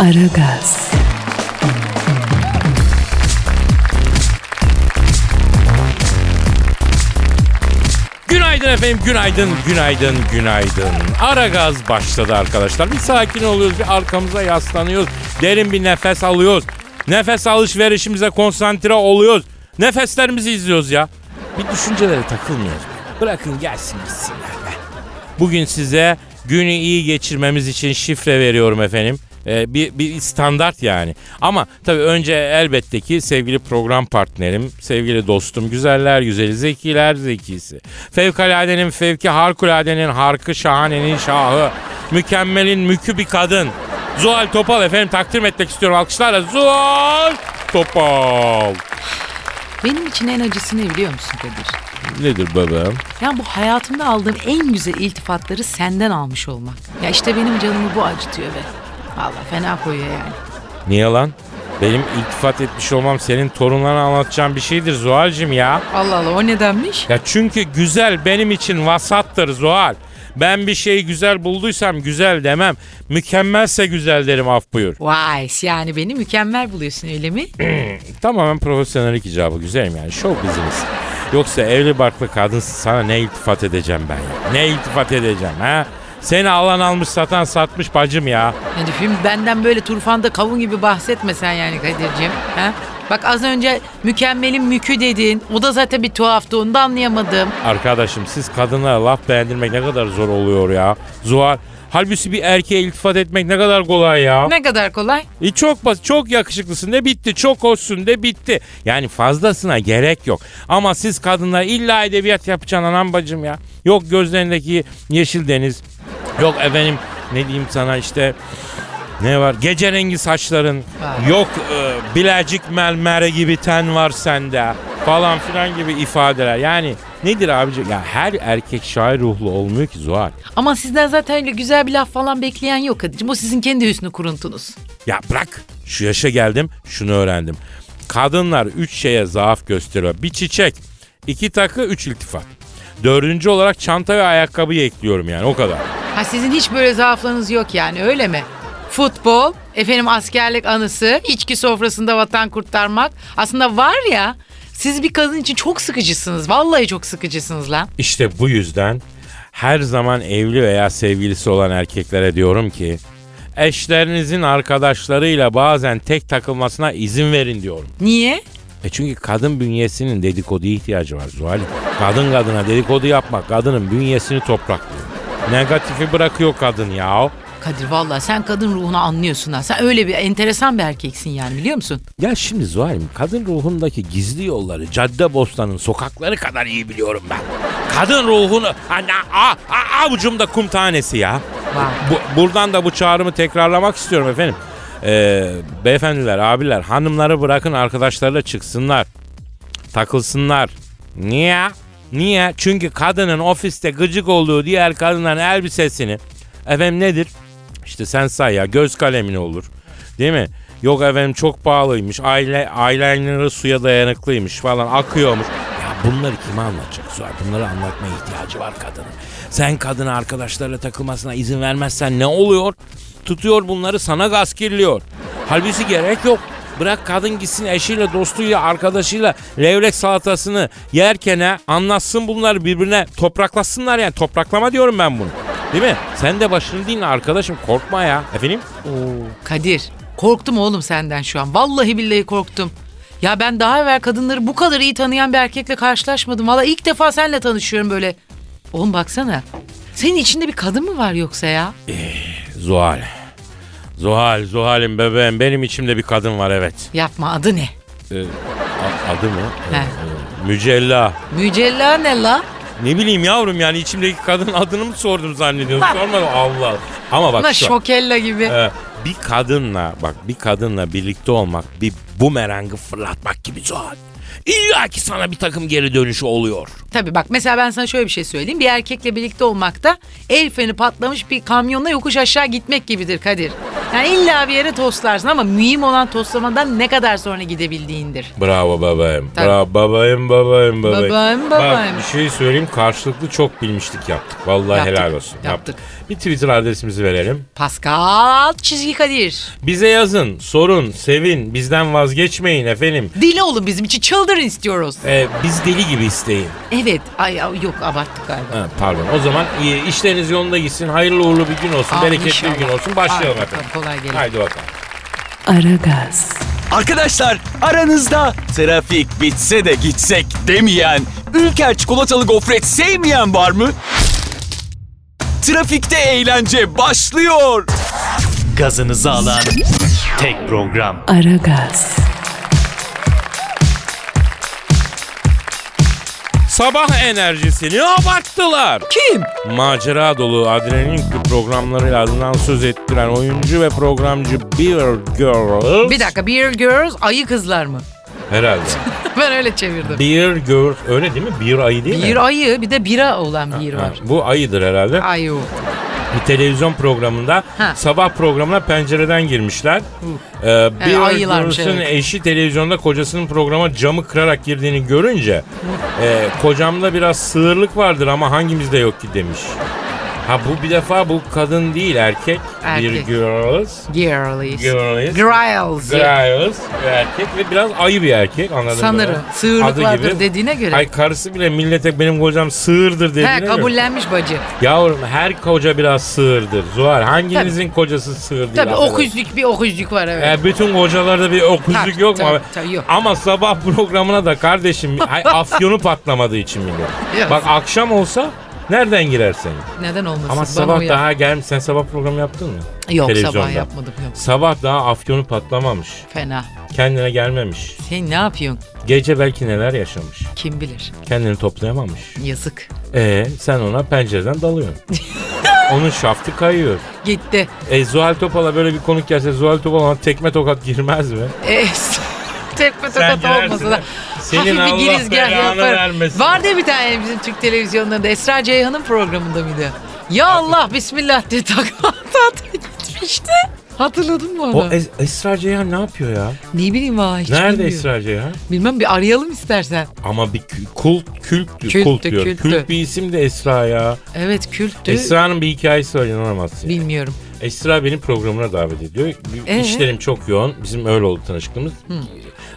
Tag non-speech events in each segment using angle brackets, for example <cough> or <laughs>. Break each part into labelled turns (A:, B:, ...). A: Aragaz,
B: Günaydın efendim, günaydın, günaydın, günaydın. Ara gaz başladı arkadaşlar. Bir sakin oluyoruz, bir arkamıza yaslanıyoruz. Derin bir nefes alıyoruz. Nefes alışverişimize konsantre oluyoruz. Nefeslerimizi izliyoruz ya. Bir düşüncelere takılmıyoruz. Bırakın gelsin gitsinler be. Bugün size günü iyi geçirmemiz için şifre veriyorum efendim. Ee, bir, bir standart yani. Ama tabii önce elbette ki sevgili program partnerim, sevgili dostum, güzeller, güzeli, zekiler, zekisi. Fevkaladenin fevki, harikuladenin harkı, şahanenin şahı, mükemmelin mükü bir kadın. Zuhal Topal efendim takdim etmek istiyorum alkışlarla. Zuhal Topal.
C: Benim için en acısı ne biliyor musun Kadir?
B: Nedir bebeğim?
C: Yani bu hayatımda aldığım en güzel iltifatları senden almış olmak. Ya işte benim canımı bu acıtıyor ve valla fena koyuyor yani.
B: Niye lan? Benim iltifat etmiş olmam senin torunlarına anlatacağım bir şeydir Zuhal'cim ya.
C: Allah Allah o nedenmiş?
B: Ya çünkü güzel benim için vasattır Zuhal. Ben bir şeyi güzel bulduysam güzel demem. Mükemmelse güzel derim af buyur.
C: Vay yani beni mükemmel buluyorsun öyle mi?
B: Tamamen profesyonellik icabı güzelim yani show business. Yoksa evli barklı kadınsın sana ne iltifat edeceğim ben ya. Ne iltifat edeceğim ha? Seni alan almış satan satmış bacım ya.
C: Yani şimdi benden böyle turfanda kavun gibi bahsetme sen yani Kadir'ciğim. Ha? Bak az önce mükemmelin mükü dedin. O da zaten bir tuhaftı onu da anlayamadım.
B: Arkadaşım siz kadınlara laf beğendirmek ne kadar zor oluyor ya. Zuhal halbuki bir erkeğe iltifat etmek ne kadar kolay ya.
C: Ne kadar kolay.
B: E çok basit, çok yakışıklısın de bitti, çok hoşsun de bitti. Yani fazlasına gerek yok. Ama siz kadınlar illa edebiyat yapacaksın anam bacım ya. Yok gözlerindeki yeşil deniz, yok efendim ne diyeyim sana işte ne var? Gece rengi saçların,
C: Vay.
B: yok e, bilecik mermeri gibi ten var sende falan filan gibi ifadeler. Yani nedir abici? Ya her erkek şair ruhlu olmuyor ki Zuhal.
C: Ama sizden zaten öyle güzel bir laf falan bekleyen yok Kadir'ciğim. O sizin kendi hüsnü kuruntunuz.
B: Ya bırak şu yaşa geldim şunu öğrendim. Kadınlar üç şeye zaaf gösteriyor. Bir çiçek, iki takı, üç iltifat. Dördüncü olarak çanta ve ayakkabıyı ekliyorum yani o kadar.
C: Ha sizin hiç böyle zaaflarınız yok yani öyle mi? Futbol, efendim askerlik anısı, içki sofrasında vatan kurtarmak. Aslında var ya siz bir kadın için çok sıkıcısınız. Vallahi çok sıkıcısınız lan.
B: İşte bu yüzden her zaman evli veya sevgilisi olan erkeklere diyorum ki eşlerinizin arkadaşlarıyla bazen tek takılmasına izin verin diyorum.
C: Niye?
B: E çünkü kadın bünyesinin dedikoduya ihtiyacı var Zuhal. Kadın kadına dedikodu yapmak kadının bünyesini topraklıyor. Negatifi bırakıyor kadın ya.
C: Kadir vallahi sen kadın ruhunu anlıyorsun ha. Sen öyle bir enteresan bir erkeksin yani biliyor musun?
B: Ya şimdi Zuhal'im kadın ruhundaki gizli yolları cadde bostanın sokakları kadar iyi biliyorum ben. Kadın ruhunu ana, a, a- avucumda kum tanesi ya.
C: Vay.
B: Bu- buradan da bu çağrımı tekrarlamak istiyorum efendim. Ee, beyefendiler, abiler, hanımları bırakın arkadaşlarıyla çıksınlar. Takılsınlar. Niye? Niye? Çünkü kadının ofiste gıcık olduğu diğer kadınların elbisesini efendim nedir? İşte sen say ya göz kalemini olur. Değil mi? Yok efendim çok pahalıymış. Aile, eyeliner'ı suya dayanıklıymış falan akıyormuş. Ya bunları kime anlatacak Zuhal? Bunları anlatmaya ihtiyacı var kadının. Sen kadına arkadaşlarla takılmasına izin vermezsen ne oluyor? Tutuyor bunları sana gaz kirliyor. Halbuki gerek yok. Bırak kadın gitsin eşiyle, dostuyla, arkadaşıyla levrek salatasını yerken ha, anlatsın bunları birbirine topraklasınlar yani. Topraklama diyorum ben bunu. Değil mi? Sen de başını dinle arkadaşım korkma ya. Efendim?
C: Kadir korktum oğlum senden şu an. Vallahi billahi korktum. Ya ben daha evvel kadınları bu kadar iyi tanıyan bir erkekle karşılaşmadım. Valla ilk defa seninle tanışıyorum böyle. Oğlum baksana. Senin içinde bir kadın mı var yoksa ya?
B: Zuhal. Zuhal, Zuhal'im bebeğim benim içimde bir kadın var evet.
C: Yapma adı ne?
B: Ee, a- adı mı?
C: He.
B: Mücella.
C: Mücella ne la?
B: Ne bileyim yavrum yani içimdeki kadın <laughs> adını mı sordum zannediyorum. Sormadım Allah Allah. Ama bak
C: Ama
B: şu.
C: şokella gibi.
B: Ee, bir kadınla bak bir kadınla birlikte olmak bir bumerangı fırlatmak gibi Zuhal. İlla ki sana bir takım geri dönüşü oluyor.
C: Tabii bak mesela ben sana şöyle bir şey söyleyeyim. Bir erkekle birlikte olmak da el freni patlamış bir kamyonla yokuş aşağı gitmek gibidir Kadir. Yani illa bir yere toslarsın ama mühim olan toslamadan ne kadar sonra gidebildiğindir.
B: Bravo babayım.
C: Tabii.
B: Bravo babayım babayım babayım.
C: Babayım, babayım.
B: Bak bir şey söyleyeyim karşılıklı çok bilmişlik yaptık. Vallahi
C: Yaptık,
B: helal olsun.
C: yaptık.
B: Bir Twitter adresimizi verelim.
C: Pascal çizgi Kadir.
B: Bize yazın, sorun, sevin, bizden vazgeçmeyin efendim.
C: Dili olun bizim için çıldırın istiyoruz.
B: Ee, biz deli gibi isteyin.
C: Evet. Ay, ay, yok abarttık galiba.
B: Ha, pardon. O zaman e, işleriniz yolunda gitsin. Hayırlı uğurlu bir gün olsun.
C: Aa,
B: bereketli
C: inşallah.
B: bir gün olsun. Başlayalım
C: Ay,
B: efendim.
C: kolay gelsin.
B: Haydi bakalım.
A: Aragaz.
D: Arkadaşlar aranızda trafik bitse de gitsek demeyen, Ülker çikolatalı gofret sevmeyen var mı? Trafikte eğlence başlıyor.
E: Gazınızı alan tek program.
A: Aragaz.
B: Sabah enerjisini abarttılar.
C: Kim?
B: Macera dolu adrenalin yüklü programlarıyla adından söz ettiren oyuncu ve programcı Beer Girls.
C: Bir dakika. Beer Girls ayı kızlar mı? <laughs>
B: Herhalde.
C: ben öyle çevirdim.
B: Beer Girls öyle değil mi? Beer ayı değil
C: Bir
B: mi?
C: ayı bir de bira olan bir
B: Ha,
C: var.
B: bu ayıdır herhalde.
C: Ayu.
B: Bir televizyon programında
C: Ha.
B: sabah programına pencereden girmişler. Ee,
C: E,
B: Beer
C: ayılarmış,
B: Girls'ın
C: evet.
B: eşi televizyonda kocasının programa camı kırarak girdiğini görünce e, kocamda biraz sığırlık vardır ama hangimizde yok ki demiş. Ha bu bir defa bu kadın değil erkek. Beer
C: Erkek.
B: Girls.
C: Girlies.
B: Girlies.
C: Girls.
B: Griles bir erkek ve biraz ayı bir erkek anladın mı?
C: Sanırım. Sığırlıklardır
B: Adı gibi.
C: dediğine göre.
B: Ay karısı bile millete benim kocam sığırdır dediğine
C: He
B: göre.
C: kabullenmiş bacı.
B: Yavrum her koca biraz sığırdır. Zuhal hanginizin kocası sığır değil?
C: Tabii
B: affedersin?
C: okuzluk bir okuzluk var evet.
B: E, bütün kocalarda bir okuzluk
C: Tabii,
B: yok mu?
C: tabii,
B: abi?
C: tabii, yok.
B: Ama sabah programına da
C: <laughs>
B: kardeşim ay, afyonu patlamadığı için millet.
C: Yok.
B: Bak akşam olsa nereden girersin?
C: Neden olmasın?
B: Ama
C: Bana
B: sabah
C: uyar.
B: daha gelmiş. Sen sabah programı yaptın mı?
C: Yok
B: Televizyonda.
C: sabah yapmadım yok.
B: Sabah daha afyonu patlamamış.
C: Fena.
B: Kendine gelmemiş.
C: Sen ne yapıyorsun?
B: Gece belki neler yaşamış.
C: Kim bilir.
B: Kendini toplayamamış.
C: Yazık.
B: Ee sen ona pencereden
C: <laughs>
B: dalıyorsun. Onun şaftı kayıyor.
C: Gitti.
B: E Zuhal Topal'a böyle bir konuk gelse Zuhal Topal'a tekme tokat girmez mi?
C: E, <laughs> Tekme tokat
B: girersin
C: olmasa da.
B: ha. Senin
C: hafif
B: Allah
C: bir girizgah
B: belanı
C: yaparım.
B: vermesin.
C: Vardı ya bir tane bizim Türk televizyonlarında Esra Ceyhan'ın programında mıydı? Ya Allah bismillah diye <laughs> takata gitmişti. Hatırladın mı onu?
B: O Es- Esra Ceyhan ne yapıyor ya?
C: ne bileyim ha hiç
B: Nerede
C: bilmiyorum.
B: Esra Ceyhan?
C: Bilmem bir arayalım istersen.
B: Ama bir kü- kult, kült,
C: Kültü,
B: kult diyor.
C: kültü.
B: Kült bir isim de Esra ya.
C: Evet kültü.
B: Esra'nın bir hikayesi var inanamazsın.
C: Bilmiyorum.
B: Esra beni programına davet ediyor.
C: Ee?
B: İşlerim çok yoğun. Bizim öyle oldu tanıştığımız.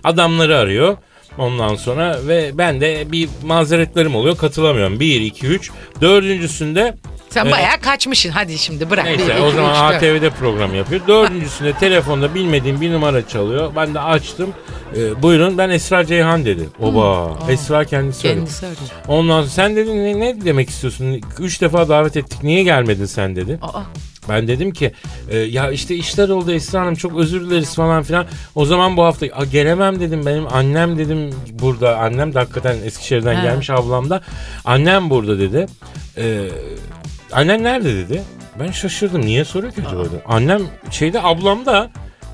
B: Adamları arıyor. Ondan sonra ve ben de bir mazeretlerim oluyor. Katılamıyorum. 1, 2, 3. Dördüncüsünde
C: Sen
B: Evet.
C: bayağı kaçmışsın hadi şimdi bırak.
B: neyse
C: Bir,
B: o
C: iki,
B: zaman
C: üç, dört.
B: ATV'de program yapıyor. Dördüncüsünde telefonda bilmediğim bir numara çalıyor. Ben de açtım. Ee, buyurun ben Esra Ceyhan dedi. Oba. Esra kendisi, söyledi.
C: Kendisi arıyor.
B: Ondan sonra sen dedin ne, ne demek istiyorsun? Üç defa davet ettik. Niye gelmedin sen dedi.
C: Aa,
B: Ben dedim ki e, ya işte işler oldu Esra Hanım çok özür dileriz falan filan. O zaman bu hafta "Aa, gelemem dedim benim annem dedim burada. Annem de hakikaten Eskişehir'den
C: Ha.
B: gelmiş ablam da. Annem burada dedi. E, annen nerede dedi. Ben şaşırdım niye soruyor ki acaba dedim. Annem şeyde ablam da.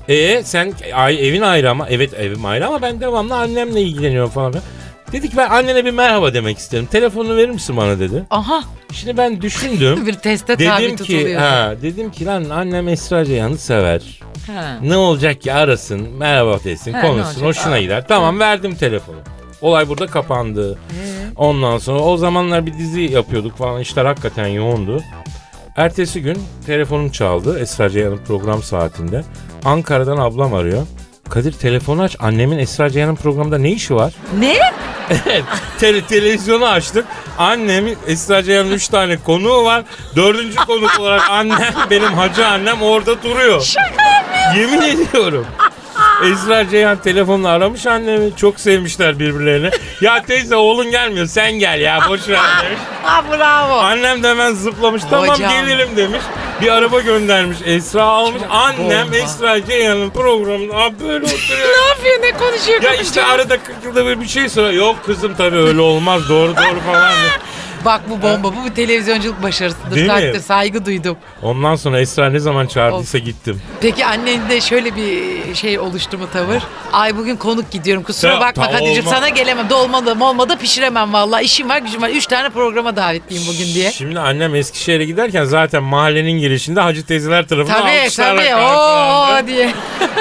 B: E sen ay, evin ayrı ama evet evim ayrı ama ben devamlı annemle ilgileniyorum falan filan. Dedi ki ben annene bir merhaba demek isterim. Telefonunu verir misin bana dedi.
C: aha
B: Şimdi ben
C: <laughs>
B: düşündüm.
C: bir teste tabi
B: Dedim ki,
C: tutuluyor.
B: ha, dedim ki lan annem Esra Ceyhan'ı sever.
C: Ha.
B: Ne olacak ki arasın, merhaba desin,
C: Ha, ne
B: konuşsun,
C: olacak?
B: hoşuna gider. Tamam verdim telefonu. Olay burada kapandı.
C: Ee?
B: Ondan sonra o zamanlar bir dizi yapıyorduk falan işler hakikaten yoğundu. Ertesi gün telefonum çaldı Esra Ceyhan'ın program saatinde. Ankara'dan ablam arıyor. Kadir telefonu aç annemin Esra Ceyhan'ın programda ne işi var?
C: Ne?
B: Evet. Tele, televizyonu açtık. Annem, Esra Ceyhan'ın 3 tane konuğu var. Dördüncü konuk olarak annem, benim hacı annem orada duruyor. Şaka Yemin ediyorum. Esra Ceyhan telefonla aramış annemi. Çok sevmişler birbirlerini. Ya teyze oğlun gelmiyor sen gel ya boş ver
C: <laughs>
B: demiş.
C: Ha bravo.
B: Annem de hemen zıplamış. Tamam
C: Hocam.
B: gelirim demiş. Bir araba göndermiş. Esra almış. Annem
C: bomba.
B: Esra Ceyhan'ın programında "Aa, böyle oturuyor.
C: Ne yapıyor ne konuşuyor
B: Ya
C: konuşuyor.
B: işte arada 40 yılda bir bir şey soruyor. Yok kızım tabii öyle olmaz doğru doğru falan. diyor.
C: Bak bu bomba, bu bir televizyonculuk başarısıdır.
B: Değil mi?
C: takdir, saygı duydum.
B: Ondan sonra Esra ne zaman çağırdıysa gittim.
C: Peki annen de şöyle bir şey oluştu mu tavır? Ay bugün konuk gidiyorum kusura
B: Ya,
C: bakma
B: ta-
C: Kadir'cim
B: olma-
C: sana gelemem. Dolmalı molmadı pişiremem valla. İşim var gücüm var. Üç tane programa davetliyim bugün diye.
B: Şimdi annem Eskişehir'e giderken zaten mahallenin girişinde hacı teyzeler tarafından
C: Tabii
B: alkışlarla
C: tabii
B: karşılandı.
C: ooo diye.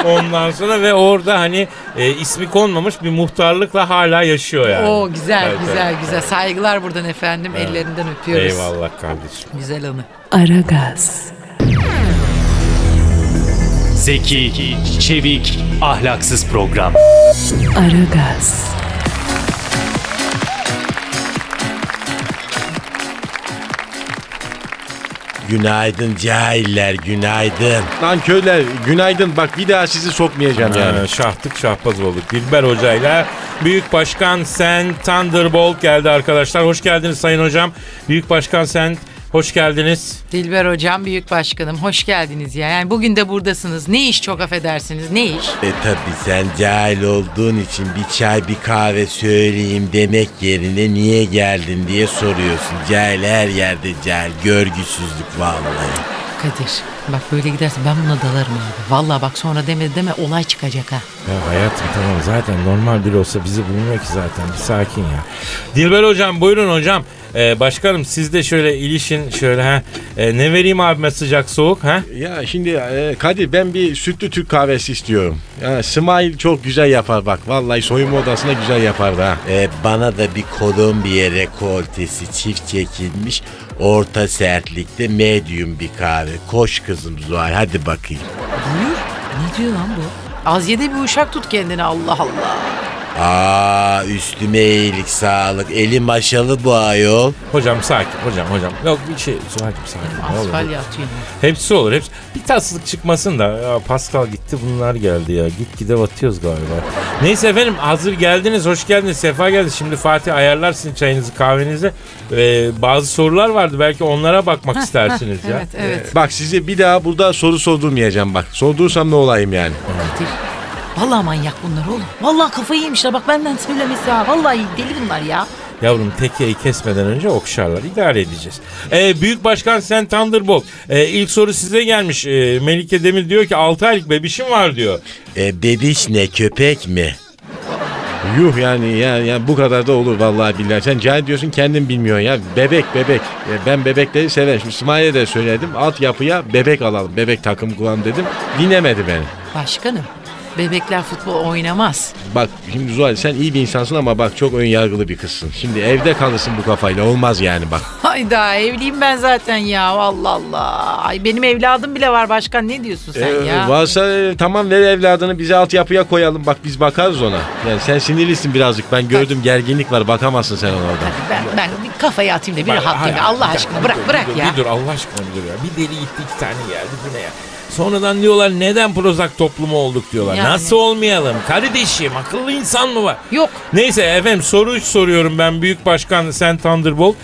B: Ondan sonra ve orada hani e, ismi konmamış bir muhtarlıkla hala yaşıyor yani.
C: Oo güzel
B: Evet,
C: güzel
B: evet.
C: güzel. Saygılar buradan efendim. Ellerinden öpüyoruz.
B: Eyvallah kardeşim.
C: Güzel anı.
A: Aragaz,
E: Zeki, çevik, ahlaksız program.
A: Aragaz,
F: Günaydın cahiller, günaydın.
G: Lan köyler günaydın bak bir daha sizi sokmayacağım yani.
B: Yani şahtık Ee, şahbaz olduk. Dilber hocayla Büyük Başkan Sen Thunderbolt geldi arkadaşlar. Hoş geldiniz Sayın Hocam. Büyük Başkan Sen hoş geldiniz.
C: Dilber hocam büyük başkanım hoş geldiniz ya. Yani bugün de buradasınız. Ne iş çok affedersiniz ne iş?
F: E tabi sen cahil olduğun için bir çay bir kahve söyleyeyim demek yerine niye geldin diye soruyorsun. Cahil her yerde cahil, görgüsüzlük vallahi.
C: Kadir bak böyle giderse ben buna dalarım abi. Valla bak sonra deme deme olay çıkacak ha.
B: Ya hayatım tamam zaten normal biri olsa bizi bulmuyor ki zaten. Bir sakin ya. Dilber hocam buyurun hocam. Ee, başkanım siz de şöyle ilişin şöyle ha. Ee, ne vereyim abime sıcak soğuk ha?
G: Ya şimdi e, Kadir ben bir sütlü Türk kahvesi istiyorum. Ya Smile çok güzel yapar bak. Vallahi soyunma odasında güzel yapardı ha.
F: E bana da bir Kolombiya rekoltesi çift çekilmiş, orta sertlikte medium bir kahve. Koş kızım Zuhal hadi bakayım.
C: Buyur. Ne diyor lan bu? Az yedi bir uşak tut kendini Allah Allah.
F: Aa üstüme iyilik sağlık, eli maşalı bu ayol.
B: Hocam sakin hocam hocam. Yok bir şey Zuhal'cim sakin. Ne olur.
C: Asfal atıyor.
B: Hepsi olur hepsi. Bir tatsızlık çıkmasın da ya Pascal gitti bunlar geldi ya. Gitgide batıyoruz galiba. Neyse efendim hazır geldiniz hoş geldiniz sefa geldiniz. Şimdi Fatih ayarlar sizin çayınızı kahvenizi. Ee, bazı sorular vardı belki
C: <laughs>
B: onlara bakmak istersiniz ya.
C: Evet evet.
G: Bak size bir daha burada soru sordurmayacağım bak. Sordursam ne olayım yani.
C: Kadir. Vallahi manyak bunlar oğlum. Vallahi kafayı yemişler bak benden söylemesi ha. Vallahi deli bunlar ya.
B: Ee, Yavrum tekeyi kesmeden önce okşarlar idare edeceğiz. Ee, Büyük Başkan Sen Thunderbolt ee, ilk soru size gelmiş. Ee, Melike Demir diyor ki 6 aylık bebişim var diyor.
F: E bebiş ne köpek mi?
G: Yuh yani ya, ya bu kadar da olur vallahi billahi. Sen cahil diyorsun kendin bilmiyorsun ya. Bebek bebek. E, ben bebekleri severim. Şimdi İsmail'e de söyledim. Alt yapıya bebek alalım. Bebek takım kuralım dedim. Dinlemedi beni.
C: Başkanım bebekler futbol oynamaz.
G: Bak şimdi Zuhal sen iyi bir insansın ama bak çok ön yargılı bir kızsın. Şimdi evde kalırsın bu kafayla. Olmaz yani bak.
C: Hayda evliyim ben zaten ya Allah Allah. Ay benim evladım bile var başkan ne diyorsun sen
G: Ee,
C: ya?
G: varsa e, tamam ver evladını bize alt yapıya koyalım. Bak biz bakarız ona. Yani sen sinirlisin birazcık. Ben gördüm gerginlik var. Bakamazsın sen ona oradan.
C: Ben, ben bir kafayı atayım da bir
B: Bak,
C: rahatlayayım.
B: hayır,
C: Allah
B: bir
C: aşkına
B: dakika,
C: bırak
B: bir
C: bırak
B: dur,
C: ya.
B: Bir dur Allah aşkına bir dur ya. Bir deli gitti iki tane geldi bu ne ya. Sonradan diyorlar neden Prozac toplumu olduk diyorlar.
C: Yani.
B: Nasıl olmayalım kardeşim akıllı insan mı var?
C: Yok.
B: Neyse efendim soru üç soruyorum ben Büyük Başkan Sen Thunderbolt.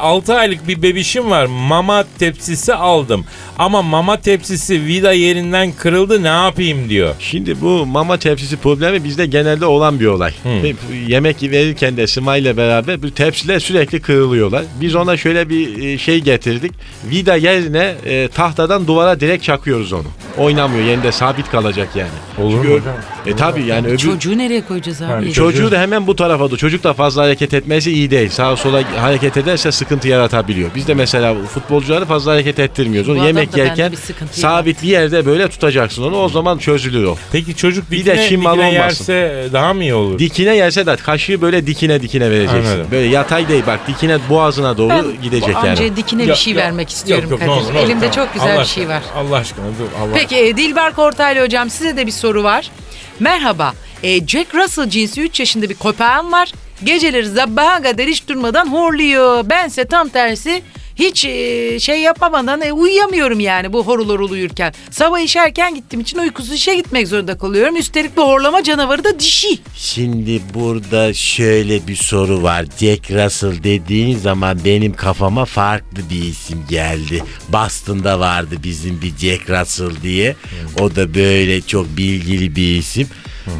B: 6 aylık bir bebişim var mama tepsisi aldım ama mama tepsisi vida yerinden kırıldı ne yapayım diyor.
G: Şimdi bu mama tepsisi problemi bizde genelde olan bir olay.
C: Hmm.
G: Ve Yemek verirken de Sıma ile beraber bu tepsiler sürekli kırılıyorlar. Biz ona şöyle bir e, şey getirdik. Vida yerine e, tahtadan duvara direkt çakıyoruz onu. Oynamıyor. Yerinde sabit kalacak yani.
B: Olur mu
G: Çünkü-
B: hocam?
G: E tabi yani öbür...
C: Çocuğu nereye koyacağız abi?
B: Yani
G: Çocuğu da hemen bu tarafa doğru. Çocuk da fazla hareket etmesi iyi değil. Sağa sola hareket ederse sıkıntı yaratabiliyor. Biz de mesela futbolcuları fazla hareket ettirmiyoruz.
C: Bu
G: Onu
C: adam
G: yemek
C: da bende
G: yerken
C: bir sıkıntı
G: sabit bir yerde böyle tutacaksın onu. O zaman çözülür o.
B: Peki çocuk
G: Bir de
B: dikine,
G: şimal
B: dikine
G: olmasın.
B: yerse e, daha mı iyi olur?
G: Dikine yerse de kaşığı böyle dikine dikine vereceksin.
B: Anladım.
G: Böyle yatay değil bak dikine boğazına doğru
C: Ben
G: gidecek
C: bu
G: yani.
C: amcaya dikine bir
B: Ya-
C: şey
B: ya-
C: vermek istiyorum
B: Yok, yok, ne
C: Kadir.
B: olur, ne olur,
C: Elimde
B: tamam.
C: çok güzel
B: Allah
C: bir şey
B: aşkına,
C: var.
B: Allah aşkına dur Allah
C: Peki e, Dilber Kortaylı hocam size de bir soru var. Merhaba. E, Jack Russell cinsi 3 yaşında bir köpeğim var. Geceleri sabaha kadar hiç durmadan horluyor. Bense tam tersi hiç e, şey yapamadan e, uyuyamıyorum yani bu horulur uyurken. Sabah iş erken gittiğim için uykusuz işe gitmek zorunda kalıyorum. Üstelik bu horlama canavarı da dişi.
F: Şimdi burada şöyle bir soru var. Jack Russell dediğin zaman benim kafama farklı bir isim geldi. Boston'da vardı bizim bir Jack Russell diye. O da böyle çok bilgili bir isim.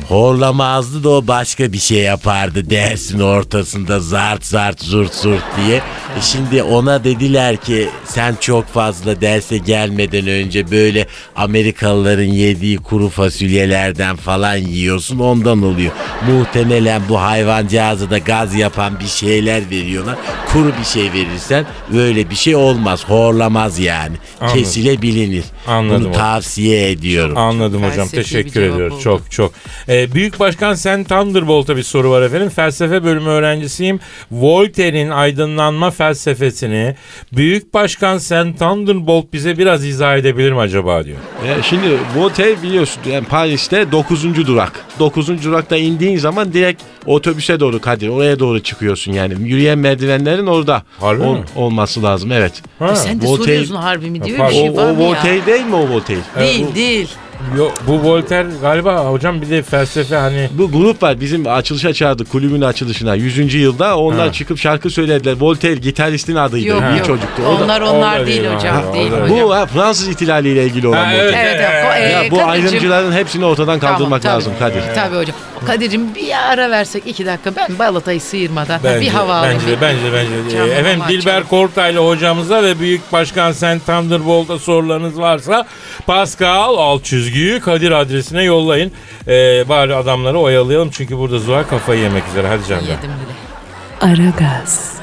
F: Horlamazdı da o başka bir şey yapardı dersin ortasında zart zart zurt zurt diye. E şimdi ona dediler ki sen çok fazla derse gelmeden önce böyle Amerikalıların yediği kuru fasulyelerden falan yiyorsun ondan oluyor. Muhtemelen bu hayvancağızı da gaz yapan bir şeyler veriyorlar. Kuru bir şey verirsen böyle bir şey olmaz. Horlamaz yani.
B: Anladım.
F: Kesilebilinir.
B: Anladım.
F: Bunu tavsiye ediyorum.
B: Anladım hocam.
C: felsefi bir
B: Teşekkür
C: cevap
B: ediyoruz.
C: oldu.
B: Çok çok. Ee, Büyük Başkan Sen Thunderbolt'a bir soru var efendim. Felsefe bölümü öğrencisiyim. Voltaire'in aydınlanma felsefesini Büyük Başkan Sen Thunderbolt bize biraz izah edebilir mi acaba diyor.
G: E, şimdi Voltaire biliyorsun yani Paris'te 9. durak. 9. durakta indiğin zaman direkt otobüse doğru Kadir oraya doğru çıkıyorsun yani. Yürüyen merdivenlerin orada
B: Harbi mi?
G: olması lazım evet.
B: Ha.
C: Sen de
G: Voltaire-
C: soruyorsun harbi mi diyor.
B: Pardon.
C: Bir
G: O,
C: şey
G: o
C: var mı ya?
G: Voltaire değil mi o Voltaire?
C: Değil değil.
B: Yok, bu Voltaire galiba hocam bir de felsefe hani
G: Bu grup var bizim açılışa çağırdı kulübün açılışına 100. yılda onlar çıkıp şarkı söylediler. Voltaire gitaristin adıydı
C: Yok
G: iyi
C: yok.
G: çocuktu. O da-
C: Onlar
B: o da
C: onlar değil
B: değil
C: hocam.
B: ha, o
C: Değil
B: da-
C: hocam.
G: bu ha, Fransız ihtilaliyle ilgili olan
B: Ha,
G: Voltaire.
B: evet.
C: Evet, evet. O-
G: Ya
C: ee,
G: bu
C: Kadir'cim-
G: ayrımcıların hepsini ortadan
C: Tamam,
G: kaldırmak
C: tabii.
G: lazım Kadir.
C: Tabii hocam. Kadir'im bir ara versek iki dakika ben balatayı sıyırmadan ha,
B: Bence,
C: bir hava alayım.
B: bence de, bence de, bence de.
C: Canım,
B: Ee, Efendim
C: aman
B: Dilber
C: canım.
B: Kortaylı hocamıza ve Büyük Başkan Sen Thunderbolt'a sorularınız varsa Pascal alt çizgiyi Kadir adresine yollayın. Ee, bari adamları oyalayalım çünkü burada Zuhal kafayı yemek üzere. Hadi canım.
C: Yedim bile.
A: Aragaz,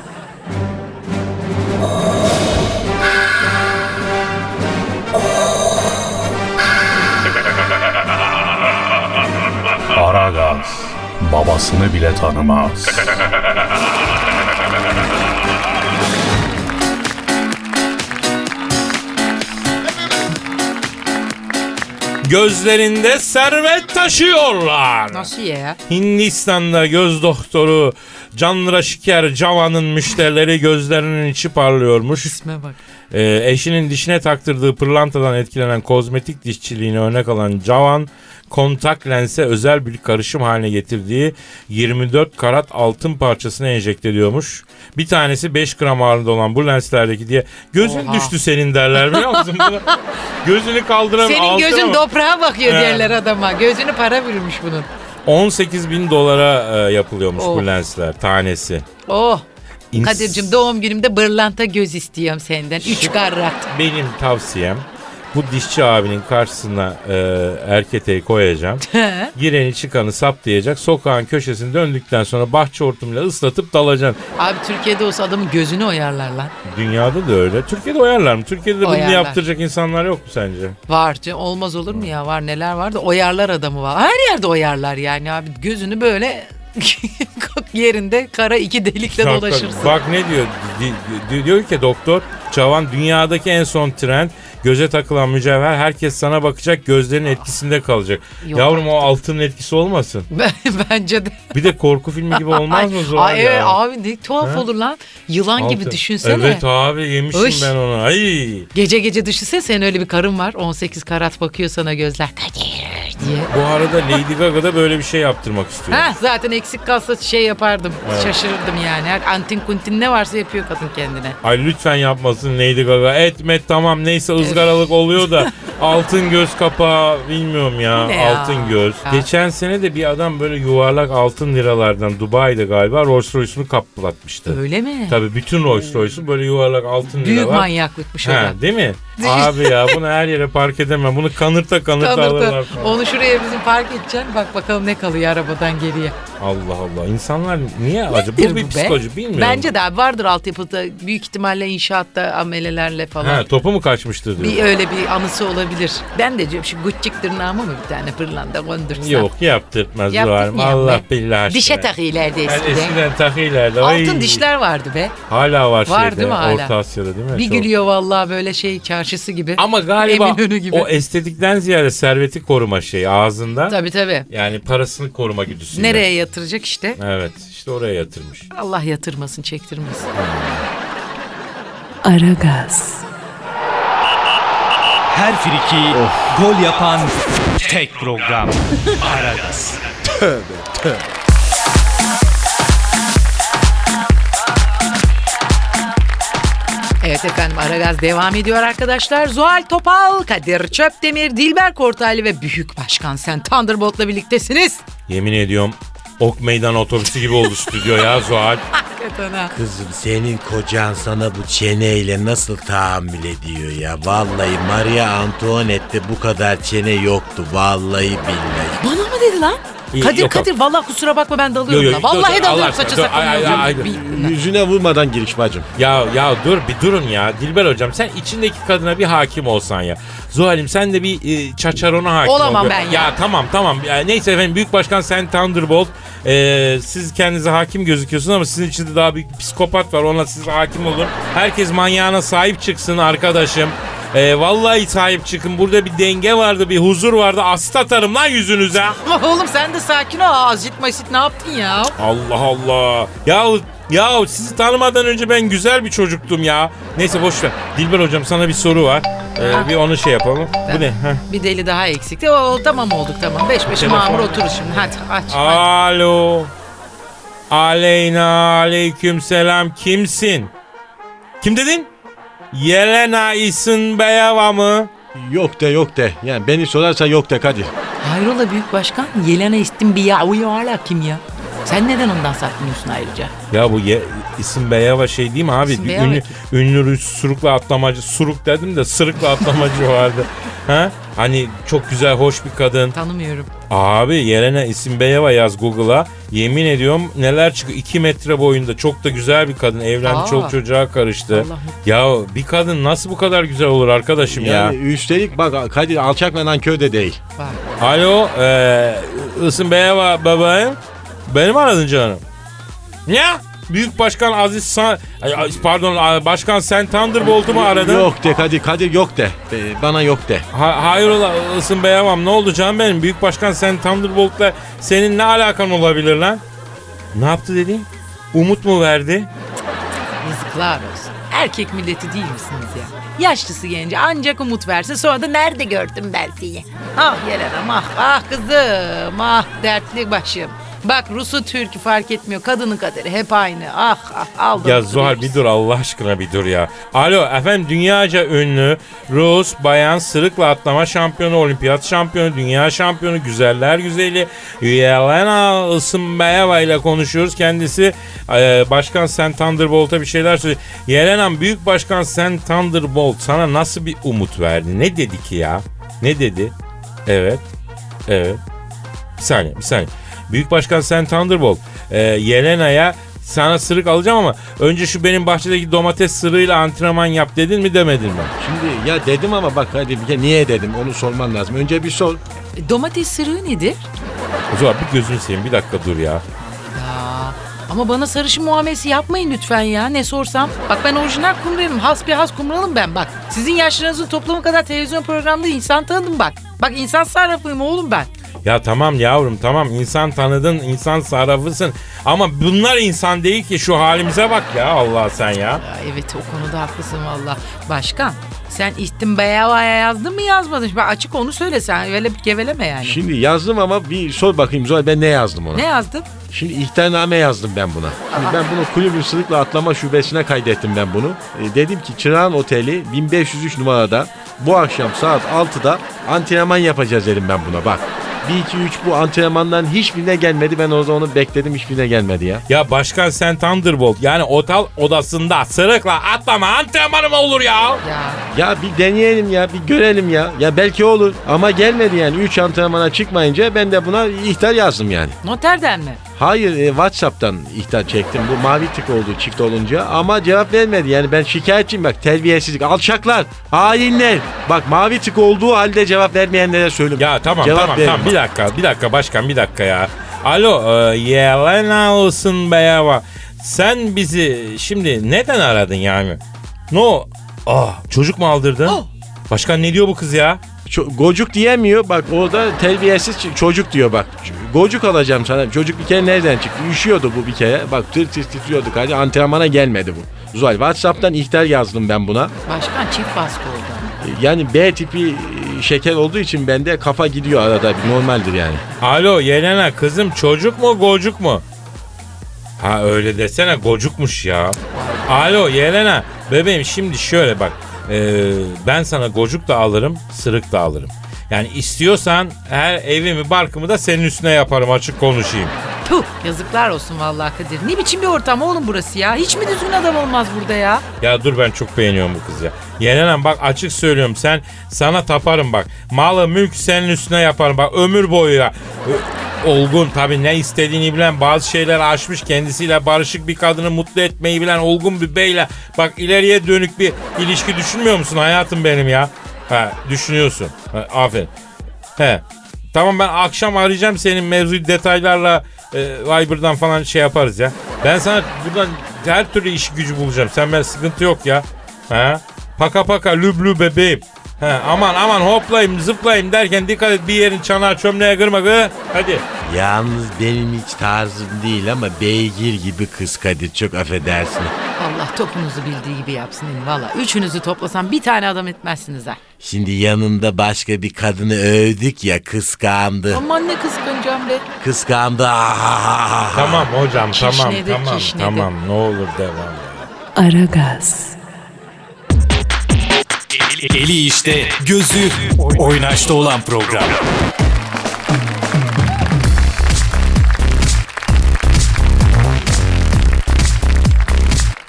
E: Aragaz babasını bile tanımaz.
B: Gözlerinde servet taşıyorlar.
C: Nasıl ya?
B: Hindistan'da göz doktoru Candraşiker Cavan'ın müşterileri gözlerinin içi parlıyormuş.
C: İsme bak.
B: Ee, eşinin dişine taktırdığı pırlantadan etkilenen kozmetik dişçiliğini örnek alan Cavan kontak lense özel bir karışım haline getirdiği 24 karat altın parçasını enjekte ediyormuş. Bir tanesi 5 gram ağırlığında olan bu lenslerdeki diye gözün
C: Oha.
B: düştü senin derler biliyor musun? Bunu-
C: <laughs>
B: Gözünü kaldıramıyor.
C: Senin gözün toprağa bakıyor
B: He.
C: diğerler adama. Gözünü para bürümüş bunun.
B: 18 bin dolara e, yapılıyormuş bu
C: Of.
B: lensler tanesi.
C: Oh.
B: İns-
C: Kadir'cim doğum günümde bırlanta göz istiyorum senden. Üç garrat.
B: Benim tavsiyem bu dişçi abinin karşısına e,
C: <laughs>
B: erketeği koyacağım.
C: He.
B: Gireni çıkanı saptayacak. Sokağın köşesini döndükten sonra bahçe hortumuyla ıslatıp dalacaksın.
C: Abi Türkiye'de olsa adamın gözünü oyarlar lan.
B: Dünyada da öyle. Türkiye'de oyarlar mı? Türkiye'de de bunu
C: Oyarlar.
B: yaptıracak insanlar yok mu sence?
C: Var canım, olmaz olur mu ya var neler var da oyarlar adamı var. Her yerde oyarlar yani abi gözünü böyle <laughs> yerinde kara iki delikle
B: Bak-
C: dolaşırsın.
B: Bak ne diyor? Di- di- Diyor ki doktor Çavan dünyadaki en son trend göze takılan mücevher herkes sana bakacak gözlerin etkisinde kalacak.
C: Yok
B: Yavrum o altının etkisi olmasın.
C: Ben- Bence de.
B: Bir de korku filmi gibi olmaz mı zor
C: Ay,
B: ya?
C: evet, abi ne tuhaf olur lan. Yılan gibi
B: Altın.
C: düşünsene.
B: Evet abi yemişim
C: Uş.
B: ben onu. Ay.
C: Gece gece düşünsene senin öyle bir karın var. 18 karat bakıyor sana gözler. Kadir diye.
B: Bu arada Lady Gaga da böyle bir şey yaptırmak istiyor.
C: Ha zaten eksik kalsa şey yapardım. Şaşırırdım yani. Her antin kuntin ne varsa yapıyor kadın kendine.
B: Ay lütfen yapmasın Lady Gaga. Etmet tamam neyse ızgaralık
C: <laughs>
B: oluyor da altın göz kapağı bilmiyorum ya.
C: Ne ya?
B: altın göz.
C: Ya.
B: Geçen sene de bir adam böyle yuvarlak altın liralardan Dubai'de galiba Rolls Royce'unu kaplatmıştı.
C: Öyle mi?
B: Tabii bütün Rolls Royce'u böyle yuvarlak altın
C: Büyük
B: liralar.
C: manyaklıkmış o da.
B: Ha, değil mi? Abi ya bunu her yere park edemem. Bunu kanırta kanırta, alırlar.
C: Kanırtı.
B: falan.
C: Onu şuraya bizim park edeceksin. Bak bakalım ne kalıyor arabadan geriye.
B: Allah Allah. İnsanlar niye acaba? Bu
C: Nedir
B: bir
C: be?
B: psikoloji bilmiyorum.
C: Bence de abi vardır altyapıda. Büyük ihtimalle inşaatta amelelerle falan.
B: Ha, topu mu kaçmıştır diyor.
C: Bir öyle bir anısı olabilir. Ben de diyorum şu guccik tırnağıma mı bir tane pırlanda kondürsem?
B: Yok yaptırtmaz var
C: Yaptırtmayayım
B: mı? Allah
C: be.
B: billah aşkına.
C: Dişe takıyorlardı
B: Ben
C: eskiden.
B: eskiden takıyla da.
C: Altın
B: ay,
C: dişler vardı be.
B: Hala var,
C: Var
B: şeyde.
C: değil mi hala?
B: Orta Asya'da değil mi?
C: Bir
B: Çok.
C: gülüyor vallahi böyle şey çarşısı gibi.
B: Ama galiba
C: Eminönü gibi.
B: o e- estetikten ziyade serveti koruma şeyi ağzında.
C: Tabii tabii.
B: Yani parasını koruma güdüsüyle.
C: Nereye yatıracak işte?
B: Evet işte oraya yatırmış.
C: Allah yatırmasın çektirmesin.
A: Aragaz,
E: Her friki gol yapan tek program. Aragaz.
C: Evet efendim Aragaz devam ediyor arkadaşlar. Zuhal Topal, Kadir Çöpdemir, Dilber Kortaylı ve Büyük Başkan Sen Thunderbolt'la birliktesiniz.
B: Yemin ediyorum ok meydan otobüsü gibi oldu stüdyo ya Zuhal.
C: Hakikaten ha.
F: Kızım senin kocan sana bu çeneyle nasıl tahammül ediyor ya? Vallahi Maria Antoinette'de bu kadar çene yoktu. Vallahi billahi.
C: Bana mı dedi lan?
B: Yok,
C: Kadir
B: yok.
C: Kadir vallahi kusura bakma ben dalıyorum
B: Yok,
C: da.
B: yok,
C: Vallahi
B: dur, dur, Allah
C: dalıyorum
B: aşkına,
C: saça
B: dur, ay, ay, ay,
C: sakalına.
B: ay.
C: Bir-
G: Yüzüne vurmadan giriş bacım.
B: Ya ya dur bir durun ya. Dilber hocam sen içindeki kadına bir hakim olsan ya. Zuhal'im sen de bir e, çaçarona hakim
C: Olamam
B: ol.
C: ben ya.
B: tamam tamam. Ya, neyse efendim Büyük Başkan Sen Thunderbolt. e, siz kendinize hakim gözüküyorsunuz ama sizin içinde daha bir psikopat var. Ona siz hakim olun. Herkes manyağına sahip çıksın arkadaşım. E, vallahi sahip çıkın. Burada bir denge vardı, bir huzur vardı. Asit atarım lan yüzünüze.
C: Ah, Oğlum sen de sakin ol. Azit masit ne yaptın ya?
B: Allah Allah. Yahu yahu sizi tanımadan önce ben güzel bir çocuktum ya. Neyse boş ver. Dilber hocam sana bir soru var. Ee, bir onu şey yapalım. Bu ne? Heh.
C: Bir deli daha eksikti. O, tamam olduk tamam. Beş beşe
B: Telefon.
C: mamur otururuz şimdi. Hadi aç. hadi.
B: Alo. Aleyna aleyküm selam. Kimsin? Kim dedin? Yelena Isinbeyeva mı?
G: Yok de yok de. Yani beni sorarsa yok de Kadir.
C: Hayrola Büyük Başkan? Yelena istin bir ya. Uyu hala kim ya? Sen neden ondan saklanıyorsun ayrıca?
B: Ya bu ye, Isinbeyeva şey değil mi abi?
C: Isinbeyeva
B: Ünlü,
C: kim?
B: ünlü Rus surukla atlamacı. Suruk dedim de sırıkla atlamacı vardı. Ha? Hani çok güzel, hoş bir kadın.
C: Tanımıyorum.
B: Abi Yelena Isinbeyeva yaz Google'a. Yemin ediyorum neler çıkıyor. 2 metre boyunda çok da güzel bir kadın. Evlendi
C: Aa.
B: çok çocuğa karıştı.
C: Allah'ım.
B: Ya bir kadın nasıl bu kadar güzel olur arkadaşım
G: Yani üstelik bak Kadir alçak ve nankör de değil.
C: Bak.
B: ya? Alo e, Isinbeyeva babayım. Benim aradın canım. Ne? Büyük Başkan Aziz San... Ay, ay, Pardon a- Başkan Sen Thunderbolt'u mu aradın?
G: Yok de Kadir Kadir yok de. Ee, Bana yok de.
B: Ha, hayrola ısınmayamam. Ne oldu canım benim? Büyük Başkan sen Thunderbolt'la senin ne alakan olabilir lan? Ne yaptı dediğin? Umut mu verdi?
C: Yazıklar olsun. Erkek milleti değil misiniz ya? Yaşlısı gence ancak umut verse sonra da nerede gördüm ben seni? Ah Yelena ah ah kızım ah dertli başım. Bak Rus'u Türk'ü fark etmiyor kadının kaderi hep aynı ah ah aldım.
B: Ya Zuhal bir dur Allah aşkına bir dur ya. Alo efendim dünyaca ünlü Rus bayan sırıkla atlama şampiyonu, olimpiyat şampiyonu, dünya şampiyonu, güzeller güzeli Yelena Isınbayeva ile konuşuyoruz. Kendisi e, Başkan Sen Thunderbolt'a bir şeyler söylüyor. Yelena Büyük Başkan Sen Thunderbolt sana nasıl bir umut verdi? Ne dedi ki ya? Ne dedi? Evet. Evet. Bir saniye bir saniye. Büyük Başkan Sen Thunderbolt. Ee, Yelena'ya sana sırık alacağım ama önce şu benim bahçedeki domates sırığıyla antrenman yap dedin mi demedin mi?
G: Şimdi ya dedim ama bak Kadir bir de niye dedim onu sorman lazım. Önce bir sor.
C: Domates sırığı nedir?
B: Zuhal bir gözünü seveyim bir dakika dur ya.
C: Ya ama bana sarışın muamelesi yapmayın lütfen ya ne sorsam. Bak ben orijinal kumralım hasbihas kumralım ben bak. Sizin yaşlarınızın toplamı kadar televizyon programında insan tanıdım bak. Bak insan sarrafıyım oğlum ben.
B: Ya tamam yavrum tamam insan tanıdın insan sarrafısın ama bunlar insan değil ki şu halimize bak ya Allah sen ya.
C: Ya evet o konuda haklısın valla. Başkan sen İhtim Beyava'ya yazdın mı yazmadın mı? Bak Açık onu söyle sen öyle bir geveleme yani.
G: Şimdi yazdım ama bir sor bakayım Zuhal ben ne yazdım ona.
C: Ne yazdın?
G: Şimdi ihtarname yazdım ben buna. Şimdi ben bunu kulübün sırıkla atlama şubesine kaydettim ben bunu. E, dedim ki Çırağan Oteli 1503 numarada bu akşam saat 6'da antrenman yapacağız dedim ben buna bak. 1 2 3 bu antrenmandan hiçbirine gelmedi. Ben orada onu bekledim hiçbirine gelmedi ya.
B: Ya Başkan Sen Thunderbolt yani otel odasında sırıkla atlama antrenmanı mı olur ya?
C: Ya
G: Ya bir deneyelim ya bir görelim ya. Ya belki olur ama gelmedi yani 3 antrenmana çıkmayınca ben de buna ihtar yazdım yani.
C: noterden mi?
G: Hayır e, Whatsapp'tan ihtar çektim. Bu mavi tık oldu çift olunca ama cevap vermedi. Yani ben şikayetçiyim bak terbiyesizlik, alçaklar, hainler. Bak mavi tık olduğu halde cevap vermeyenlere söylüyorum.
B: Ya tamam
G: Cevap
B: tamam
G: verin
B: tamam
G: bak.
B: bir dakika bir dakika başkan bir dakika ya. Alo e, Yelena olsun beyava. Sen bizi şimdi neden aradın yani? No. Ah çocuk mu aldırdın? Başkan ne diyor bu kız ya?
G: Ço- gocuk diyemiyor. Bak orada terbiyesiz ç- çocuk diyor bak. Ç- Gocuk alacağım sana. Çocuk bir kere nereden çıktı? Üşüyordu bu bir kere. Bak tır tır titriyordu. Hadi antrenmana gelmedi bu. Zuhal Whatsapp'tan ihtar yazdım ben buna. E,
C: Başkan çift baskı oldu. ama.
G: Yani B tipi e, şeker olduğu için bende kafa gidiyor arada. Normaldir yani.
B: Alo Yelena kızım çocuk mu gocuk mu? Ha öyle desene gocukmuş ya. Alo Yelena Bebeğim şimdi şöyle bak. e, ben sana gocuk da alırım, sırık da alırım. Yani istiyorsan her evimi barkımı da senin üstüne yaparım açık konuşayım.
C: Puh, yazıklar olsun vallahi Kadir. Ne biçim bir ortam oğlum burası ya? Hiç mi düzgün adam olmaz burada ya?
B: Ya dur ben çok beğeniyorum bu kızı ya. Yenenem bak açık söylüyorum sen sana taparım bak. Malı mülk senin üstüne yaparım bak ömür boyu ya. Ö- Olgun tabii ne istediğini bilen bazı şeyleri aşmış kendisiyle barışık bir kadını mutlu etmeyi bilen olgun bir beyle. Bak ileriye dönük bir ilişki düşünmüyor musun hayatım benim ya? Ha düşünüyorsun. Ha, aferin. He. Tamam ben akşam arayacağım senin mevzuyu detaylarla e, Viber'dan falan şey yaparız ya. Ben sana buradan her türlü iş gücü bulacağım. Sen ben sıkıntı yok ya. He. Paka paka lüblü bebeğim. He, aman aman hoplayayım zıplayayım derken dikkat et bir yerin çanağı çömleğe kırma kız. Hadi.
F: Yalnız benim hiç tarzım değil ama beygir gibi kız Kadir çok affedersin.
C: Allah topunuzu bildiği gibi yapsın. değil mi? Valla üçünüzü toplasam bir tane adam etmezsiniz ha.
F: Şimdi yanında başka bir kadını övdük ya kıskandı.
C: Aman ne kıskanacağım be.
F: Kıskandı. ah, ahahaha.
B: Tamam hocam
C: Kişnedi,
B: tamam tamam
C: kişnedi.
B: tamam ne olur devam.
A: Aragaz,
E: E, Eli işte, gözü oynaşta olan program.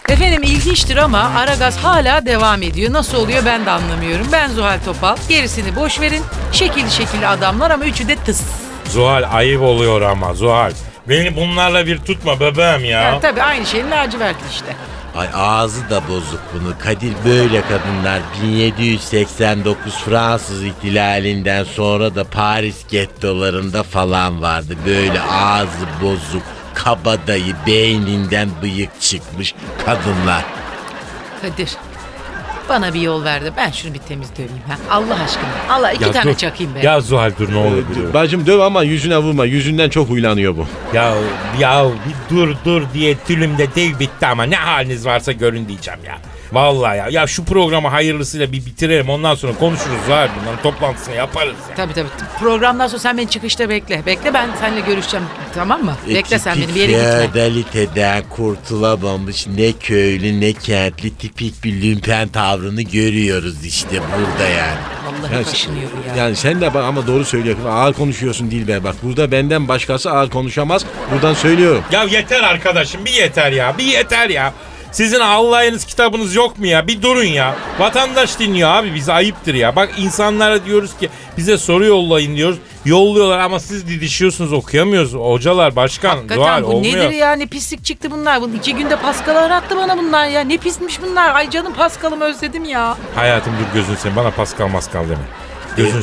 C: Efendim ilginçtir ama Aragaz hala devam ediyor. Nasıl oluyor ben de anlamıyorum. Ben Zuhal Topal. Gerisini boş verin. Şekilli şekilli adamlar ama üçü de tıs.
B: Zuhal ayıp oluyor ama Zuhal. Beni bunlarla bir tutma bebeğim ya.
C: Yani tabii aynı şeyin lacivertli işte.
F: Ay ağzı da bozuk bunu. Kadir böyle kadınlar 1789 Fransız ihtilalinden sonra da Paris gettolarında falan vardı. Böyle ağzı bozuk, kabadayı beyninden bıyık çıkmış kadınlar.
C: Kadir bana bir yol ver de ben şunu bir temiz döveyim ha. Allah aşkına. Allah iki
B: Ya
C: tane
B: dur.
C: çakayım be.
B: Ya Zuhal dur ne olur bir dur.
G: Bacım döv ama yüzüne vurma. Yüzünden çok huylanıyor bu.
B: Ya ya bir dur dur diye tülümde tüy bitti ama ne haliniz varsa görün diyeceğim ya. Vallahi ya. Ya şu programı hayırlısıyla bir bitirelim ondan sonra konuşuruz var bunların toplantısını yaparız ya.
C: Tabii tabii. Programdan sonra sen beni çıkışta bekle. Bekle ben seninle görüşeceğim. Tamam mı? Bekle sen beni bir yere gitme.
F: feodaliteden kurtulamamış ne köylü ne kentli tipik bir lümpen tavrını görüyoruz işte burada yani.
C: Vallahi
B: şey-
C: kaşınıyor bu ya.
G: Yani sen de bak ama doğru söylüyorsun. Ağır konuşuyorsun Dilber bak. Burada benden başkası ağır konuşamaz. Buradan söylüyorum.
B: Ya yeter arkadaşım bir yeter ya bir yeter ya. Sizin Allah'ınız kitabınız yok mu ya? Bir durun ya. Vatandaş dinliyor abi bize ayıptır ya. Bak insanlara diyoruz ki bize soru yollayın diyoruz. Yolluyorlar ama siz didişiyorsunuz okuyamıyoruz. Hocalar başkan
C: Hakikaten
B: Zuhal,
C: bu
B: olmuyor.
C: nedir ya ne pislik çıktı bunlar. Bu iki günde paskalar attı bana bunlar ya. Ne pismiş bunlar. Ay canım paskalımı özledim ya.
B: Hayatım dur gözünü seveyim bana Pascal Maskal deme. Gözünü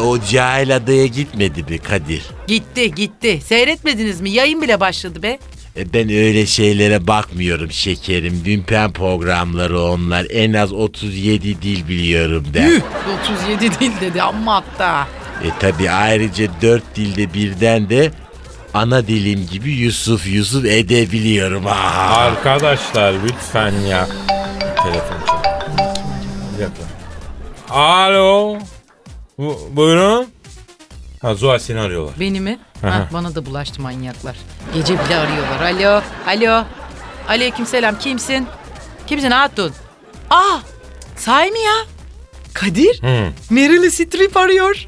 F: E o cahil adaya gitmedi bir Kadir.
C: Gitti gitti. Seyretmediniz mi? Yayın bile başladı be.
F: E ben öyle şeylere bakmıyorum şekerim. Lümpen programları onlar. En az 37 dil biliyorum der.
C: Üh, 37 değil dedi ama hatta.
F: E tabi ayrıca 4 dilde birden de ana dilim gibi Yusuf Yusuf edebiliyorum. Ah.
B: Arkadaşlar lütfen ya. Telefon çalıyor. Bir dakika. Alo. Bu, buyurun. Ha Zuhal seni arıyorlar.
C: Beni mi?
B: Aha.
C: Ha, bana da bulaştı manyaklar. Gece bile arıyorlar. Alo, alo. Aleykümselam. Kimsin? Kimsin hatun? Ah, sahi mi ya? Kadir,
B: Hı.
C: Meryl Streep arıyor.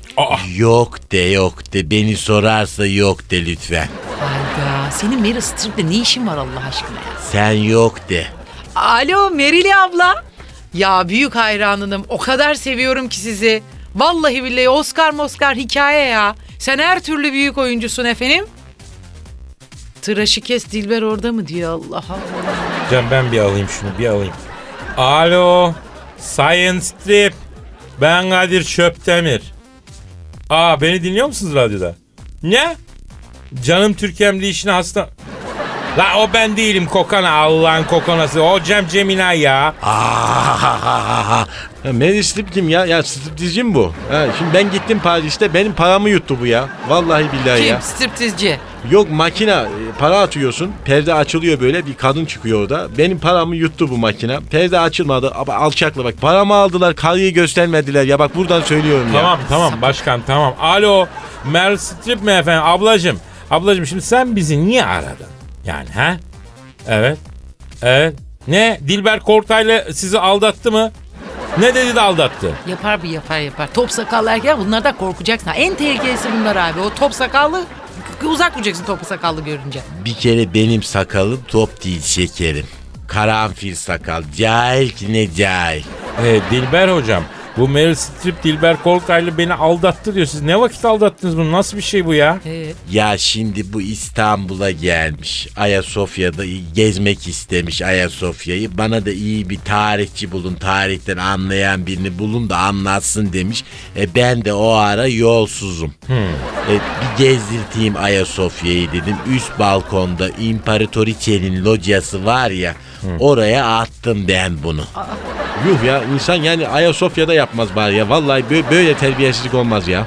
F: Yok de yok de beni sorarsa yok de lütfen.
C: Hayda, senin Meryl Streep'le ne işin var Allah aşkına ya?
F: Sen yok de.
C: Alo Merili abla. Ya büyük hayranınım. O kadar seviyorum ki sizi. Vallahi billahi Oscar Oscar hikaye ya. Sen her türlü büyük oyuncusun efendim. Tıraşı kes Dilber orada mı diyor Allah Allah.
B: Can ben bir alayım şunu bir alayım. Alo. Sayın Strip. Ben Kadir Çöptemir. Aa beni dinliyor musunuz radyoda? Ne? Canım Türkiye'm işine hasta... La o ben değilim kokana Allah'ın kokonası. O Cem Cemina ya.
F: Ah.
G: Ya Meryl Streep kim ya? Ya striptizci mi bu? Ha, şimdi ben gittim Paris'te benim paramı yuttu bu ya. Vallahi billahi E ya.
C: Kim? Striptizci.
G: Yok makina e, para atıyorsun. Perde açılıyor böyle bir kadın çıkıyor orada. Benim paramı yuttu bu makina. Perde açılmadı ama alçakla bak. Paramı aldılar karıyı göstermediler ya. Bak buradan söylüyorum ya.
B: Tamam tamam başkan tamam. Alo Meryl Streep mi efendim ablacım? Ablacım şimdi sen bizi niye aradın? Yani ha? Evet. Evet. Ne? Dilber Kortay'la sizi aldattı mı? Ne dedi de aldattı?
C: Yapar bir yapar yapar. Top sakallı erkek bunlardan korkacaksın. ha. En tehlikelisi bunlar abi. O top sakallı uzak duracaksın topu sakallı görünce.
F: Bir kere benim sakalım top değil şekerim. Karanfil sakal. Cahil ki ne cahil.
B: Ee, Dilber hocam bu Meryl Streep Dilber Kortay'la beni aldattı diyor. Siz ne vakit aldattınız bunu? Nasıl bir şey bu ya?
C: Ee,
F: Ya şimdi bu İstanbul'a gelmiş. Ayasofya'da gezmek istemiş Ayasofya'yı. Bana da iyi bir tarihçi bulun. Tarihten anlayan birini bulun da anlatsın demiş. E ben de o ara yolsuzum. E, bir gezdirteyim Ayasofya'yı dedim. Üst balkonda İmparatoriçe'nin lodyası var ya. Oraya attım ben bunu.
G: Yuh ya insan yani Ayasofya'da yapmaz bari ya. Vallahi bö- böyle terbiyesizlik olmaz ya.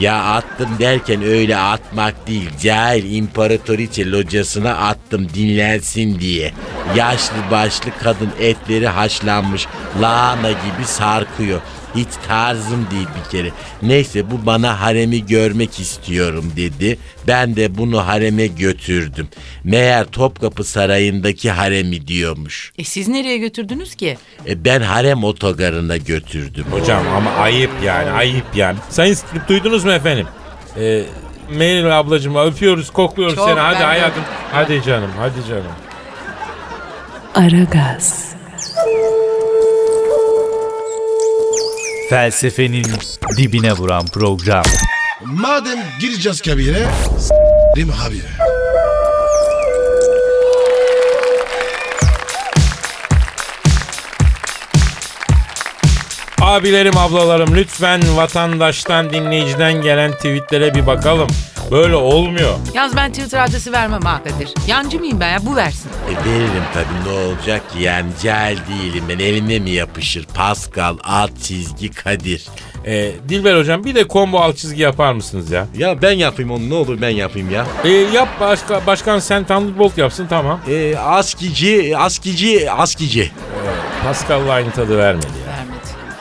F: Ya attım derken öyle atmak değil. Cahil imparatoriçe locasına attım dinlensin diye. Yaşlı başlı kadın etleri haşlanmış. Lahana gibi sarkıyor. Hiç tarzım değil bir kere. Neyse bu bana haremi görmek istiyorum dedi. Ben de bunu hareme götürdüm. Meğer Topkapı Sarayı'ndaki haremi diyormuş.
C: e siz nereye götürdünüz ki?
F: E ben harem otogarına götürdüm.
B: Hocam ama ayıp yani ayıp yani. Sayın Strip duydunuz mu efendim? Ee, Meryl ablacığım öpüyoruz kokluyoruz
C: Çok
B: seni hadi
C: ben de-
B: hayatım. Hadi canım hadi canım.
A: Aragaz,
E: Felsefenin dibine vuran program.
H: Madem gireceğiz kabire, s**rim habire.
B: Abilerim ablalarım lütfen vatandaştan dinleyiciden gelen tweetlere bir bakalım. Böyle olmuyor.
C: Yalnız ben Twitter adresi vermem ha Kadir. Yancı mıyım ben ya? Bu versin.
F: E veririm tabii ne olacak ki yani cahil değilim ben elime mi yapışır Pascal alt çizgi Kadir.
B: Ee, Dilber hocam bir de combo alt çizgi yapar mısınız ya?
G: Ya ben yapayım onu ne olur ben yapayım ya.
B: Ee, yap başka, başkan sen Thunderbolt yapsın tamam.
G: E, askici, askici, askici.
B: Pascal'la aynı tadı vermedi ya.
C: Vermedi.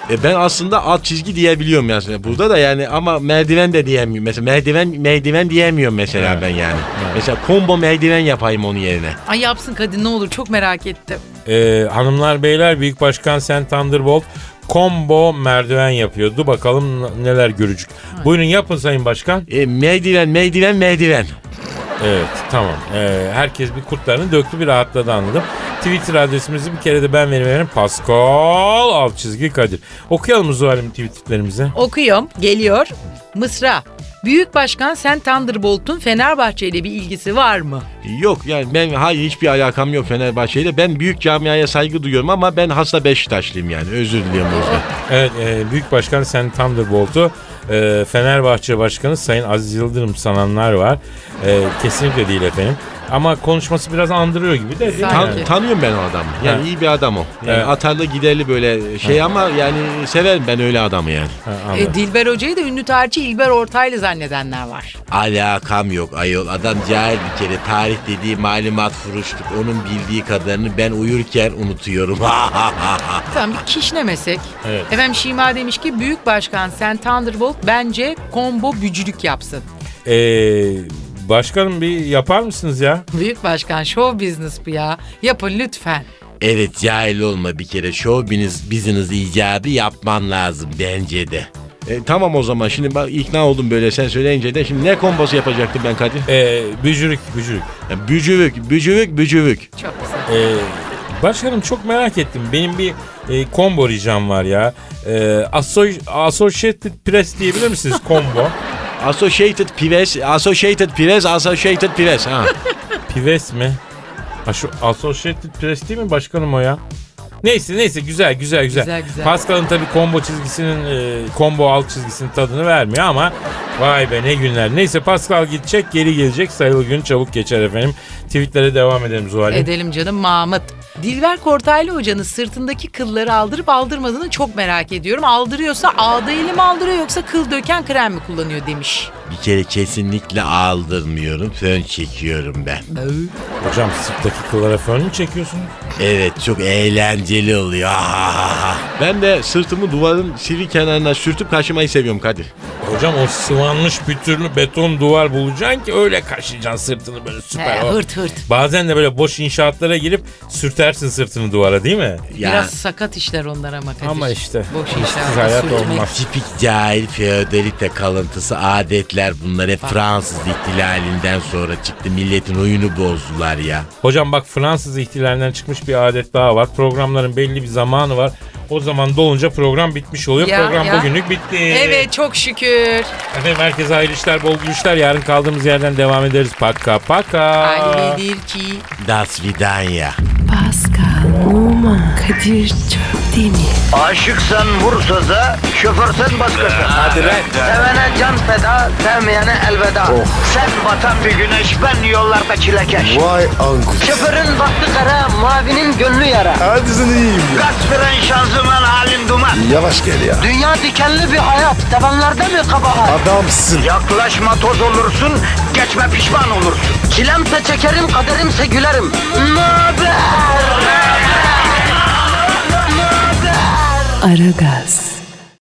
G: E, ben aslında alt çizgi diyebiliyorum yani. Burada da yani ama merdiven de diyemiyorum. Mesela merdiven merdiven diyemiyorum mesela ben yani. Mesela combo merdiven yapayım onun yerine.
C: Ay yapsın Kadir ne olur çok merak ettim.
B: Ee, hanımlar beyler büyük başkan sen Thunderbolt combo merdiven yapıyordu. Bakalım n- neler görecek. Buyurun yapın sayın başkan.
G: E, merdiven, merdiven, merdiven.
B: Evet tamam. Ee, herkes bir kurtlarını döktü bir rahatladı anladım. Twitter adresimizi bir kere de ben veriverim. Pascal alt çizgi Kadir. Okuyalım mı Zuhal'im tweetlerimizi.
C: Okuyorum. Geliyor. Mısra. Büyük Başkan Sen Thunderbolt'un Fenerbahçe ile bir ilgisi var mı?
G: Yok yani ben hayır hiçbir alakam yok Fenerbahçe'yle. Ben büyük camiaya saygı duyuyorum ama ben hasta Beşiktaşlıyım yani. Özür diliyorum orada.
B: Evet e, Büyük Başkan Sen Thunderbolt'u e, Fenerbahçe Başkanı Sayın Aziz Yıldırım sananlar var. E, kesinlikle değil efendim. Ama konuşması biraz andırıyor gibi de değil mi
C: Sanki.
B: yani?
G: Tan- tanıyorum ben o adamı. Yani
B: Evet.
G: iyi bir adam o. Yani
B: Evet.
G: atarlı giderli böyle şey ama yani severim ben öyle adamı yani.
B: Ha, anladım.
C: E, Dilber Hoca'yı da ünlü tarihçi İlber Ortaylı zannedenler var.
F: Alakam yok ayol adam cahil bir kere tarih dediği malumat furuşluk onun bildiği kadarını ben uyurken
G: <laughs>
F: unutuyorum.
C: Tamam bir kişnemesek.
B: Evet.
C: Efendim Şima demiş ki Büyük Başkan Sen Thunderbolt bence combo bücülük yapsın.
B: E, başkanım bir yapar mısınız ya?
C: Büyük Başkan show business bu ya. Yapın lütfen.
F: evet cahil olma bir kere show business, business icabı yapman lazım bence de.
G: E, tamam o zaman şimdi bak ikna oldum böyle sen söyleyince de şimdi ne kombosu yapacaktım ben Kadir?
B: E, bücürük bücürük.
G: E, bücüvük, bücüvük, bücüvük.
C: Çok güzel.
B: E, başkanım çok merak ettim. Benim bir e, combo ricam var ya. E, Asso- Associated Press diyebilir misiniz combo?
C: <laughs>
G: Associated Pires, Associated Pires, Associated Pires. Ha.
B: Pives mi? Ha şu Associated Press değil mi başkanım o ya? Neyse neyse güzel güzel güzel.
C: Güzel, güzel.
B: Pascal'ın tabii combo çizgisinin e, combo alt çizgisinin tadını vermiyor ama vay be ne günler. Neyse Pascal gidecek geri gelecek sayılı gün çabuk geçer efendim. Tweetlere devam edelim Zuhal'im.
C: Edelim canım Mahmut. Dilber Kortaylı hocanın sırtındaki kılları aldırıp aldırmadığını çok merak ediyorum. Aldırıyorsa ağda eli mi aldırıyor yoksa kıl döken krem mi kullanıyor demiş.
F: <laughs> Bir kere kesinlikle aldırmıyorum. Fön çekiyorum ben.
B: Hocam sırttaki kıllara fön mü çekiyorsun?
F: Evet çok eğlenceli oluyor. Ah,
G: Ben de sırtımı duvarın sivri kenarına sürtüp kaşımayı seviyorum Kadir.
B: Hocam o sıvanmış bir türlü beton duvar bulacaksın ki öyle kaşıyacaksın sırtını böyle süper.
C: He,
B: o-
C: hırt hırt.
B: Bazen de böyle boş inşaatlara girip sürtersin sırtını duvara değil mi?
F: Ya
C: Biraz sakat işler onlar ama Kadir.
B: Ama işte,
C: Boş
B: işsiz
C: işler.
B: hayat
C: sürtmek.
B: olmaz.
F: tipik cahil feodalite kalıntısı adetler bunlar hep Fransız ihtilalinden sonra çıktı. Milletin oyunu bozdular ya.
B: Hocam bak Fransız ihtilalinden çıkmış bir adet daha var. Programların belli bir zamanı var. O zaman dolunca program bitmiş oluyor.
C: Ya,
B: program
C: ya.
B: bugünlük bitti.
C: Evet çok şükür.
B: Efendim herkese hayırlı işler, bol gülüşler. Yarın kaldığımız yerden devam ederiz. Paka paka.
C: Halledir ki.
F: Das Vidanya.
A: Pascal, Oman, Kadir çok değil mi?
I: Aşıksan vursa da, şoförsen başkasın. Hadi Sevene can feda, sevmeyene elveda. Sen batan bir güneş, ben yollarda çilekeş.
H: Vay anku.
I: Şoförün baktı kara, mavinin gönlü yara.
H: Hadi sen iyiyim ya.
I: Kasperen şanzıman halin duman.
H: Yavaş gel ya.
I: Dünya dikenli bir hayat, sevenlerde mi kabahar?
H: Adamsın.
I: Yaklaşma toz olursun, geçme pişman olursun. Çilemse çekerim, kaderimse gülerim. Möber!
A: Aragaz.